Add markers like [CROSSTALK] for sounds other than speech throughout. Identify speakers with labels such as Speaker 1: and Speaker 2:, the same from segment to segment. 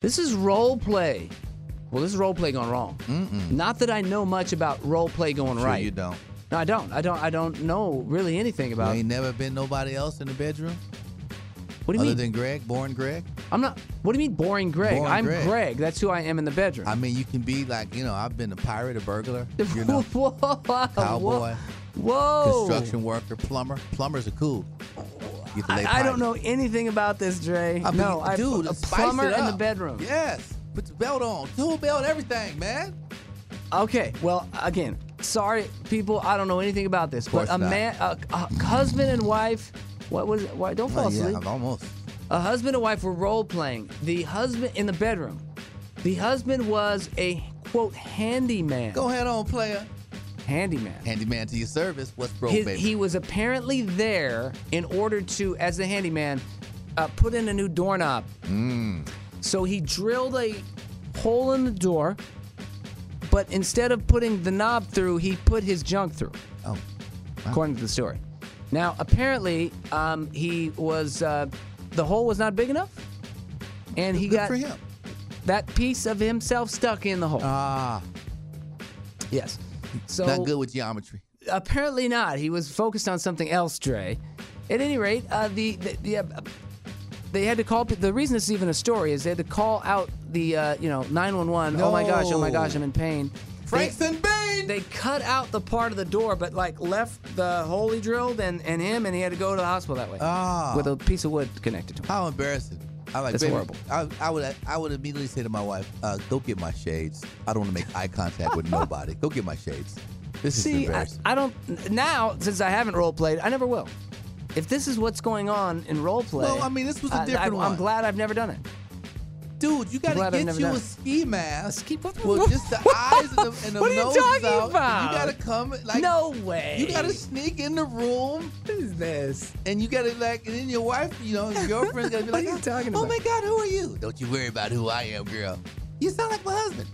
Speaker 1: This is role play. Well, this is role play gone wrong. Not that I know much about role play going
Speaker 2: Sure
Speaker 1: right.
Speaker 2: you don't.
Speaker 1: No, I don't. I don't. I don't know really anything
Speaker 2: You
Speaker 1: about.
Speaker 2: ain't never been nobody else in the bedroom
Speaker 1: What do you
Speaker 2: other
Speaker 1: mean?
Speaker 2: than Greg, born Greg.
Speaker 1: I'm not. What do you mean, boring Greg?
Speaker 2: Boring
Speaker 1: I'm Greg.
Speaker 2: Greg.
Speaker 1: That's who I am in the bedroom. [LAUGHS]
Speaker 2: I mean, you can be like, you know, I've been a pirate, a burglar, you know,
Speaker 1: Whoa, whoa,
Speaker 2: cowboy,
Speaker 1: [LAUGHS] Whoa.
Speaker 2: construction worker, plumber. Plumbers are cool. Get to lay
Speaker 1: I, I don't
Speaker 2: pipe.
Speaker 1: know anything about this, Dre.
Speaker 2: I mean,
Speaker 1: no, I,
Speaker 2: dude,
Speaker 1: a
Speaker 2: spice
Speaker 1: plumber
Speaker 2: it
Speaker 1: in the
Speaker 2: up.
Speaker 1: bedroom.
Speaker 2: Yes, put your belt on, tool belt, everything, man.
Speaker 1: Okay. Well, again, sorry, people. I don't know anything about this, but
Speaker 2: course
Speaker 1: a
Speaker 2: not.
Speaker 1: man, a, a husband and wife. What was? it? Why? Don't fall
Speaker 2: yeah,
Speaker 1: asleep.
Speaker 2: I've almost.
Speaker 1: A husband and wife were role playing. The husband in the bedroom. The husband was a quote handyman.
Speaker 2: Go ahead on, player.
Speaker 1: Handyman.
Speaker 2: Handyman to your service. What's broke,
Speaker 1: His-
Speaker 2: oh, baby?
Speaker 1: he was apparently there in order to, as the handyman, uh, put in a new doorknob.
Speaker 2: Mm.
Speaker 1: So he drilled a hole in the door, but instead of putting the knob through, he put his junk through,
Speaker 2: oh,
Speaker 1: according to the story. Now, apparently, um, he was uh, the hole was not big enough, and he
Speaker 2: good
Speaker 1: got
Speaker 2: for him.
Speaker 1: that piece of himself stuck in the hole.
Speaker 2: Ah,
Speaker 1: yes. So
Speaker 2: not good with geometry.
Speaker 1: apparently not. He was focused on something else, Dre. At any rate, uh, the the, the uh, they had to call. pe- The reason this is even a story is they had to call out the uh, you know 911. Oh my gosh! Oh my gosh! I'm in pain. They,
Speaker 2: Frankston Bean.
Speaker 1: they cut out the part of the door, but like left the hole he drilled and, and him, and he had to go to the hospital that way
Speaker 2: Ah.
Speaker 1: with a piece of wood connected to him.
Speaker 2: How embarrassing. I'm like,
Speaker 1: That's
Speaker 2: baby,
Speaker 1: horrible.
Speaker 2: I, I would I would immediately say to my wife, uh, go get my shades. I don't want to make eye contact with nobody. Go get my shades. This is
Speaker 1: See, I,
Speaker 2: embarrassing.
Speaker 1: I don't now since I haven't role played, I never will. If this is what's going on in role play,
Speaker 2: Well, I mean, this was a
Speaker 1: I- I-
Speaker 2: different
Speaker 1: I'm
Speaker 2: one.
Speaker 1: glad I've never done it.
Speaker 2: Dude, you
Speaker 1: glad
Speaker 2: gotta
Speaker 1: I've
Speaker 2: get
Speaker 1: never
Speaker 2: you
Speaker 1: done
Speaker 2: a
Speaker 1: it.
Speaker 2: ski mask.
Speaker 1: ski- what the-
Speaker 2: Well, just the eyes and the, and the
Speaker 1: What are you
Speaker 2: nose
Speaker 1: talking
Speaker 2: out.
Speaker 1: about?
Speaker 2: You gotta come like
Speaker 1: no way.
Speaker 2: You gotta sneak in the room
Speaker 1: What is this?
Speaker 2: and you gotta like and then your wife, you know, your girlfriend's gotta be
Speaker 1: What
Speaker 2: like,
Speaker 1: are you talking
Speaker 2: Oh
Speaker 1: about?"
Speaker 2: my god, who are you? Don't you worry about who I am, girl. You sound like my husband.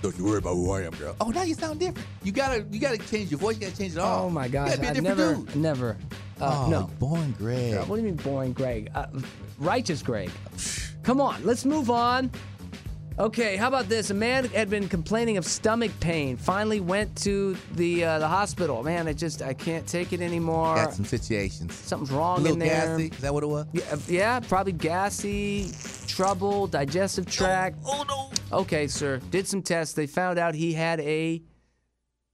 Speaker 2: Don't you worry about who I am, girl. Oh now you sound different. You gotta you gotta change your voice, you gotta change it all.
Speaker 1: Oh my
Speaker 2: You
Speaker 1: gosh.
Speaker 2: gotta be a
Speaker 1: I've
Speaker 2: different
Speaker 1: never,
Speaker 2: dude.
Speaker 1: never. Uh,
Speaker 2: oh,
Speaker 1: no.
Speaker 2: born Greg.
Speaker 1: What do you mean boring Greg? Uh, righteous Greg. Come on, let's move on. Okay, how about this? A man had been complaining of stomach pain. Finally went to the uh, the hospital. Man, I just I can't take it anymore.
Speaker 2: Got some situations.
Speaker 1: Something's
Speaker 2: A
Speaker 1: wrong
Speaker 2: little
Speaker 1: in there.
Speaker 2: gassy. Is that what it was?
Speaker 1: Yeah, uh, yeah, probably gassy, trouble, digestive tract.
Speaker 2: Oh no.
Speaker 1: Okay, sir. Did some tests. They found out he had a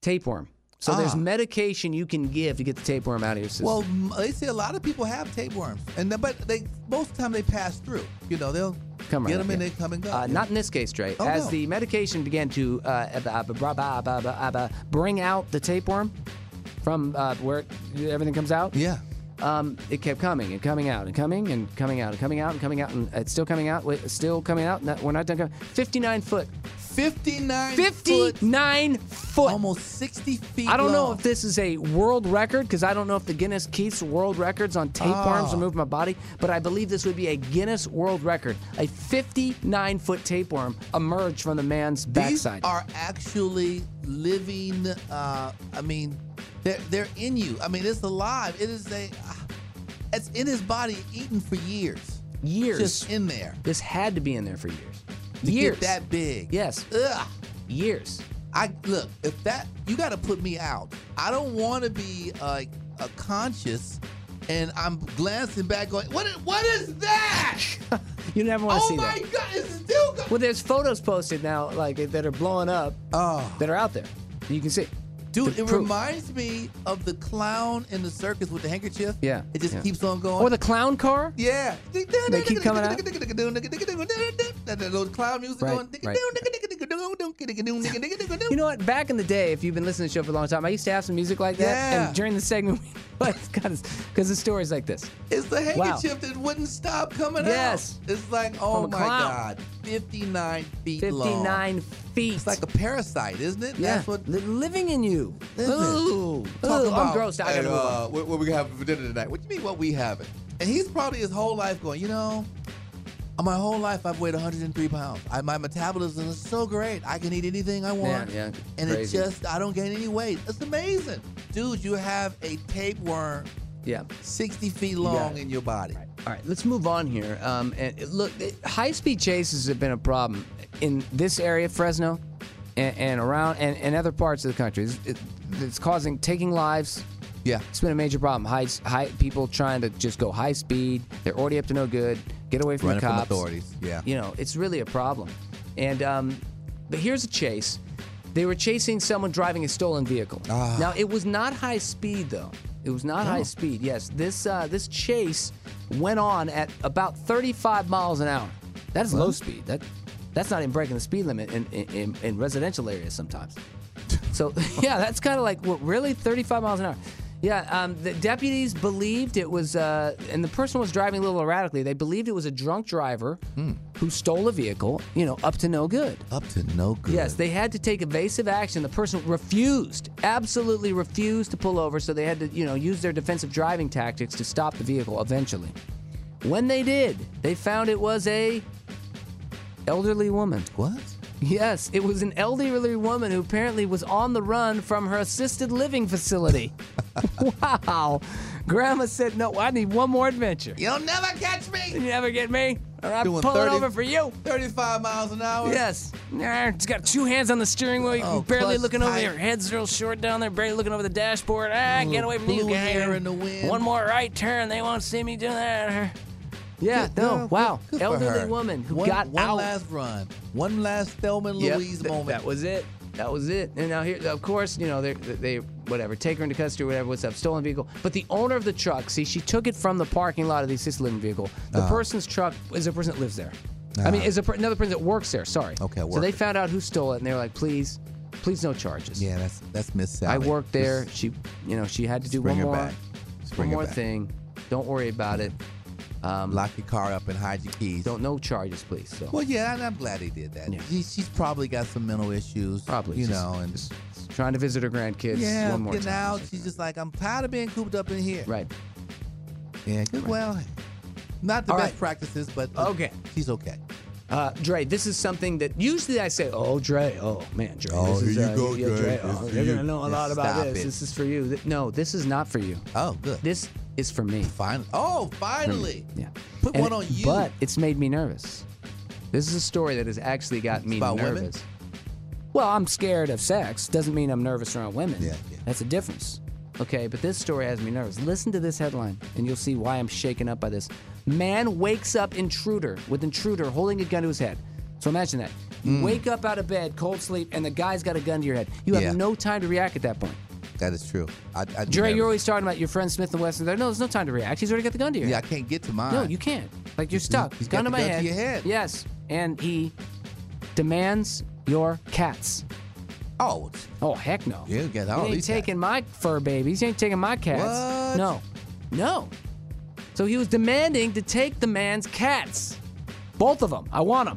Speaker 1: tapeworm. So there's
Speaker 2: Ah.
Speaker 1: medication you can give to get the tapeworm out of your system.
Speaker 2: Well, m- they say a lot of people have tapeworms, and the- but they most of the time they pass through. You know, they'll
Speaker 1: Come
Speaker 2: get
Speaker 1: right
Speaker 2: them
Speaker 1: up
Speaker 2: and
Speaker 1: here.
Speaker 2: they come and go.
Speaker 1: Uh,
Speaker 2: Yeah.
Speaker 1: not in this case, Dre.
Speaker 2: Oh,
Speaker 1: As
Speaker 2: no.
Speaker 1: the medication began to uh, ab- ab- ab- ab- ab- ab- ab- bring out the tapeworm from uh, where it- everything comes out,
Speaker 2: Yeah.
Speaker 1: um, it kept coming and coming out and coming and coming out and coming out and coming out and it's still coming out. Wait, it's still coming out. No, we're not done. Coming. 59 foot.
Speaker 2: 59 foot,
Speaker 1: 59 foot.
Speaker 2: almost 60 feet
Speaker 1: I don't know
Speaker 2: long.
Speaker 1: if this is a world record because I don't know if the Guinness keeps world records on tapeworms
Speaker 2: Ah.
Speaker 1: removed from my body, but I believe this would be a Guinness world record. A 59 foot tapeworm emerged from the man's
Speaker 2: These
Speaker 1: backside.
Speaker 2: are actually living. Uh, I mean, they're they're in you. I mean, it's alive. It is a. uh, It's in his body, eaten for years.
Speaker 1: years.
Speaker 2: Just in there.
Speaker 1: this had to be in there for years.
Speaker 2: To
Speaker 1: years.
Speaker 2: Get that big.
Speaker 1: Yes.
Speaker 2: Ugh.
Speaker 1: Years.
Speaker 2: I look if that you got to put me out. I don't want to be like a conscious, and I'm glancing back going, what? i- What is
Speaker 1: [LAUGHS]
Speaker 2: that?
Speaker 1: You never want to
Speaker 2: oh
Speaker 1: see
Speaker 2: my
Speaker 1: that.
Speaker 2: god, it's still going.
Speaker 1: Well, there's photos posted now like that are blowing up
Speaker 2: Oh,
Speaker 1: that are out there. You can see.
Speaker 2: dude,
Speaker 1: the
Speaker 2: it
Speaker 1: proof.
Speaker 2: reminds me of the clown in the circus with the handkerchief.
Speaker 1: Yeah,
Speaker 2: it just
Speaker 1: yeah.
Speaker 2: keeps on going.
Speaker 1: Or the clown car.
Speaker 2: yeah, they
Speaker 1: keep coming out?
Speaker 2: That that little clown music
Speaker 1: Right,
Speaker 2: going.
Speaker 1: right. You know what? Back in the day, if you've been listening to the show for a long time, I used to have some music like that.
Speaker 2: Yeah.
Speaker 1: And during the segment, we [LAUGHS] because the story's like this.
Speaker 2: It's the
Speaker 1: Wow.
Speaker 2: handkerchief that wouldn't stop coming
Speaker 1: Yes.
Speaker 2: out. It's like, oh
Speaker 1: From a
Speaker 2: my
Speaker 1: clown.
Speaker 2: God, 59 feet long.
Speaker 1: 59 feet.
Speaker 2: It's like a parasite, isn't it?
Speaker 1: yeah.
Speaker 2: That's what.
Speaker 1: Li- living in you.
Speaker 2: Isn't it?
Speaker 1: Ooh.
Speaker 2: Talk
Speaker 1: Ooh,
Speaker 2: about,
Speaker 1: I'm grossed out. I
Speaker 2: hey,
Speaker 1: gotta move on.
Speaker 2: uh, what, what we gonna have for dinner tonight? What do you mean, what we having? And he's probably his whole life going, you know, my whole life I've weighed 103 pounds. I, my metabolism is so great. I can eat anything I want.
Speaker 1: Yeah, yeah,
Speaker 2: And
Speaker 1: crazy.
Speaker 2: it just, I don't gain any weight. It's amazing. Dude, you have a tapeworm
Speaker 1: Yeah.
Speaker 2: 60 feet
Speaker 1: got
Speaker 2: long
Speaker 1: it.
Speaker 2: in your body.
Speaker 1: Right. All right, let's move on here. Um, and it- look, it- high-speed chases have been a problem in this area, Fresno, and, and around and, and other parts of the country. It's, it, it's causing taking lives.
Speaker 2: Yeah.
Speaker 1: It's been a major problem. High, high people trying to just go high speed. They're already up to no good. Get away from
Speaker 2: Running
Speaker 1: the
Speaker 2: from
Speaker 1: cops.
Speaker 2: authorities. Yeah.
Speaker 1: You know, it's really a problem. And um, but here's a chase. They were chasing someone driving a stolen vehicle.
Speaker 2: Ah.
Speaker 1: Now it was not high speed though. It was not high speed. Yes, this uh, this chase went on at about 35 miles an hour. That's low speed. That that's not even breaking the speed limit in in, in, in residential areas sometimes. So [LAUGHS] yeah, that's kind of like what really 35 miles an hour. Yeah, um, the deputies believed it was, uh, and the person was driving a little erratically. They believed it was a drunk driver who stole a vehicle, you know, up to no good.
Speaker 2: Up to no good.
Speaker 1: Yes, they had to take evasive action. The person refused, absolutely refused to pull over, so they had to, you know, use their defensive driving tactics to stop the vehicle eventually. When they did, they found it was a elderly woman.
Speaker 2: What?
Speaker 1: Yes, it was an elderly woman who apparently was on the run from her assisted living facility. wow. Grandma said, No, I need one more adventure.
Speaker 2: You'll never catch me.
Speaker 1: [LAUGHS] You never get me? Or I'm
Speaker 2: Doing
Speaker 1: pulling
Speaker 2: 30.
Speaker 1: over for you.
Speaker 2: 35 miles an hour.
Speaker 1: Yes. Nah, She's got two hands on the steering wheel. You
Speaker 2: Oh,
Speaker 1: barely
Speaker 2: clutch
Speaker 1: looking over
Speaker 2: tight.
Speaker 1: there. Her head's real short down there. Barely looking over the dashboard. Ah, get away from
Speaker 2: Blue
Speaker 1: you guy.
Speaker 2: hair in the wind.
Speaker 1: One more right turn. They won't see me do that. Yeah,
Speaker 2: Good-
Speaker 1: no.
Speaker 2: good-
Speaker 1: wow.
Speaker 2: good for
Speaker 1: Elderly
Speaker 2: her.
Speaker 1: woman who
Speaker 2: one,
Speaker 1: got
Speaker 2: one
Speaker 1: out.
Speaker 2: last run, one last Thelma and
Speaker 1: Yep,
Speaker 2: Louise
Speaker 1: th-
Speaker 2: moment.
Speaker 1: That was it. That was it. And now here, of course, you know they they whatever take her into custody, or whatever. What's up? Stolen vehicle. But the owner of the truck, see, she took it from the parking lot of the assisted living vehicle.
Speaker 2: Uh-huh.
Speaker 1: The person's truck is a person that lives there. I mean,
Speaker 2: Ah.
Speaker 1: is a per- another person that works there. Sorry.
Speaker 2: Okay,
Speaker 1: So they
Speaker 2: worker.
Speaker 1: found out who stole it, and they were like, please, please, no charges.
Speaker 2: yeah, that's that's Miss Sally.
Speaker 1: I worked there.
Speaker 2: Just
Speaker 1: She, you know, she had to do
Speaker 2: bring
Speaker 1: one
Speaker 2: her
Speaker 1: more,
Speaker 2: back. Just
Speaker 1: one
Speaker 2: bring her
Speaker 1: more
Speaker 2: back.
Speaker 1: thing. Don't worry about it.
Speaker 2: Lock your car up and hide your keys.
Speaker 1: Don't no charges, please. So
Speaker 2: Well, yeah, and I'm glad they did that.
Speaker 1: Yeah.
Speaker 2: She, she's probably got some mental issues.
Speaker 1: Probably,
Speaker 2: you
Speaker 1: just-
Speaker 2: know, and
Speaker 1: trying to visit her grandkids
Speaker 2: yeah,
Speaker 1: one more
Speaker 2: getting
Speaker 1: time.
Speaker 2: out. She's just like, I'm tired of being cooped up in here.
Speaker 1: right.
Speaker 2: Yeah. Good. Well, not the
Speaker 1: All
Speaker 2: best
Speaker 1: right.
Speaker 2: practices, but
Speaker 1: Okay.
Speaker 2: she's okay.
Speaker 1: Uh, Dre, this is something that usually I say, "Oh, Dre, oh man, Dre,
Speaker 2: Oh,
Speaker 1: this is,
Speaker 2: here you go,
Speaker 1: yeah,
Speaker 2: Dre,
Speaker 1: oh,
Speaker 2: this for
Speaker 1: you're
Speaker 2: you."
Speaker 1: gonna know a
Speaker 2: Yeah,
Speaker 1: lot about
Speaker 2: stop
Speaker 1: this.
Speaker 2: it.
Speaker 1: This is for you." Th- No, this is not for you.
Speaker 2: Oh, good.
Speaker 1: This is for me.
Speaker 2: Finally.
Speaker 1: For
Speaker 2: Oh,
Speaker 1: me.
Speaker 2: finally.
Speaker 1: Mm, yeah.
Speaker 2: Put
Speaker 1: And
Speaker 2: one
Speaker 1: it-
Speaker 2: on you.
Speaker 1: But it's made me nervous. This is a story that has actually got me
Speaker 2: about women?
Speaker 1: nervous. Well, I'm scared of sex. Doesn't mean I'm nervous around women.
Speaker 2: Yeah, yeah.
Speaker 1: That's a difference. Okay, but this story has me nervous. Listen to this headline, and you'll see why I'm shaken up by this. Man wakes up intruder with intruder holding a gun to his head. So imagine that. You
Speaker 2: Mm.
Speaker 1: wake up out of bed, cold sleep, and the guy's got a gun to your head. You have
Speaker 2: Yeah.
Speaker 1: no time to react at that point.
Speaker 2: That is true. I, I do
Speaker 1: Dre,
Speaker 2: that.
Speaker 1: you're always talking about your friend Smith and Wesson. There, no, there's no time to react. He's already got the gun to your
Speaker 2: Yeah, I
Speaker 1: head.
Speaker 2: can't get to mine.
Speaker 1: No, you can't. Like you're stuck.
Speaker 2: he's
Speaker 1: gun
Speaker 2: got
Speaker 1: to
Speaker 2: the
Speaker 1: my
Speaker 2: gun to
Speaker 1: head.
Speaker 2: your head.
Speaker 1: Yes, and he demands your cats.
Speaker 2: Oh,
Speaker 1: Oh heck no!
Speaker 2: Yeah, you got all
Speaker 1: you ain't
Speaker 2: these
Speaker 1: taking my fur babies. You ain't taking my cats.
Speaker 2: What?
Speaker 1: No, no. So he was demanding to take the man's cats, both of them. I want them.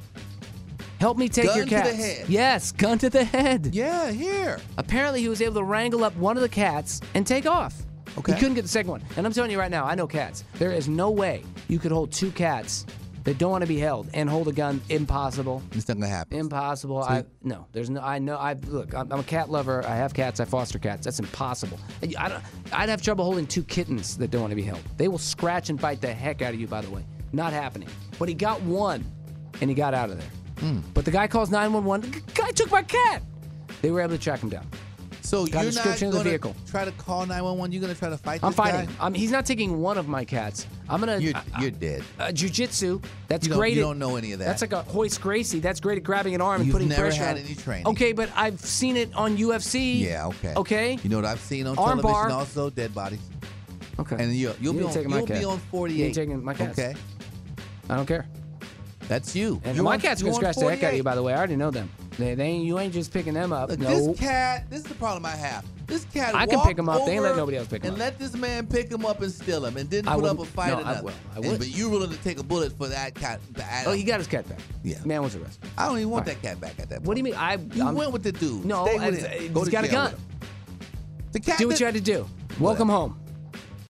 Speaker 1: Help me take
Speaker 2: Gun
Speaker 1: your
Speaker 2: to the
Speaker 1: cats.
Speaker 2: head.
Speaker 1: Yes, gun to the head.
Speaker 2: yeah, here.
Speaker 1: Apparently, he was able to wrangle up one of the cats and take off.
Speaker 2: Okay.
Speaker 1: He couldn't get the second one. And I'm telling you right now, I know cats. There is no way you could hold two cats that don't want to be held and hold a gun. Impossible.
Speaker 2: It's not gonna happen.
Speaker 1: Impossible. I no. There's no. I know. I look. I'm, I'm a cat lover. I have cats. I foster cats. That's impossible. I, I don't. I'd have trouble holding two kittens that don't want to be held. They will scratch and bite the heck out of you. By the way, not happening. But he got one, and he got out of there. But the guy calls 911. The guy took my cat. They were able to track him down.
Speaker 2: so
Speaker 1: got a
Speaker 2: you're not
Speaker 1: description of the
Speaker 2: gonna
Speaker 1: vehicle.
Speaker 2: try to call 911. You're gonna try to fight.
Speaker 1: I'm
Speaker 2: this
Speaker 1: fighting.
Speaker 2: guy?
Speaker 1: him. I'm, he's not taking one of my cats. I'm gonna.
Speaker 2: You're
Speaker 1: I- I-
Speaker 2: you're dead.
Speaker 1: uh, jujitsu. That's
Speaker 2: You don't-
Speaker 1: great.
Speaker 2: you
Speaker 1: at-
Speaker 2: don't know any of that.
Speaker 1: That's like a Hoist Gracie. That's great at grabbing an arm and
Speaker 2: You've
Speaker 1: putting
Speaker 2: never
Speaker 1: pressure.
Speaker 2: had
Speaker 1: on. it.
Speaker 2: any training.
Speaker 1: Okay, but I've seen it on UFC.
Speaker 2: Yeah. Okay.
Speaker 1: Okay.
Speaker 2: You know what I've seen on
Speaker 1: Arm
Speaker 2: television?
Speaker 1: bar.
Speaker 2: Also, dead bodies.
Speaker 1: Okay.
Speaker 2: And you'll you'll
Speaker 1: You
Speaker 2: be
Speaker 1: ain't
Speaker 2: on
Speaker 1: taking my
Speaker 2: you'll be
Speaker 1: cat.
Speaker 2: on
Speaker 1: You
Speaker 2: 48.
Speaker 1: ain't taking my cats.
Speaker 2: Okay.
Speaker 1: I don't care.
Speaker 2: That's you.
Speaker 1: And
Speaker 2: You're
Speaker 1: my
Speaker 2: on-
Speaker 1: cats are
Speaker 2: you're
Speaker 1: gonna
Speaker 2: on
Speaker 1: scratch the heck out of you.
Speaker 2: 48.
Speaker 1: By the way, I already know them. They, they ain't, you ain't just picking them up.
Speaker 2: Look,
Speaker 1: no.
Speaker 2: This cat. This is the problem I have. This cat.
Speaker 1: I can
Speaker 2: walked
Speaker 1: pick 'em up. They ain't let
Speaker 2: over
Speaker 1: nobody else pick 'em
Speaker 2: And
Speaker 1: up.
Speaker 2: let this man pick him up and steal him, and didn't
Speaker 1: I
Speaker 2: put up a
Speaker 1: wouldn't-
Speaker 2: fight
Speaker 1: no,
Speaker 2: or
Speaker 1: I
Speaker 2: nothing.
Speaker 1: will. I
Speaker 2: And-
Speaker 1: would.
Speaker 2: But you willing to take a bullet for that cat? I
Speaker 1: oh,
Speaker 2: don't-
Speaker 1: he got his cat back.
Speaker 2: Yeah.
Speaker 1: Man was arrested.
Speaker 2: I don't even want
Speaker 1: Right.
Speaker 2: that cat back at that.
Speaker 1: What do you mean?
Speaker 2: point.
Speaker 1: I
Speaker 2: You
Speaker 1: I'm-
Speaker 2: went with the dude.
Speaker 1: No,
Speaker 2: Stay with
Speaker 1: I- uh,
Speaker 2: him.
Speaker 1: he's
Speaker 2: Go to
Speaker 1: got a
Speaker 2: jail
Speaker 1: gun.
Speaker 2: with him. The cat.
Speaker 1: Do what
Speaker 2: that-
Speaker 1: you had to do. Welcome home.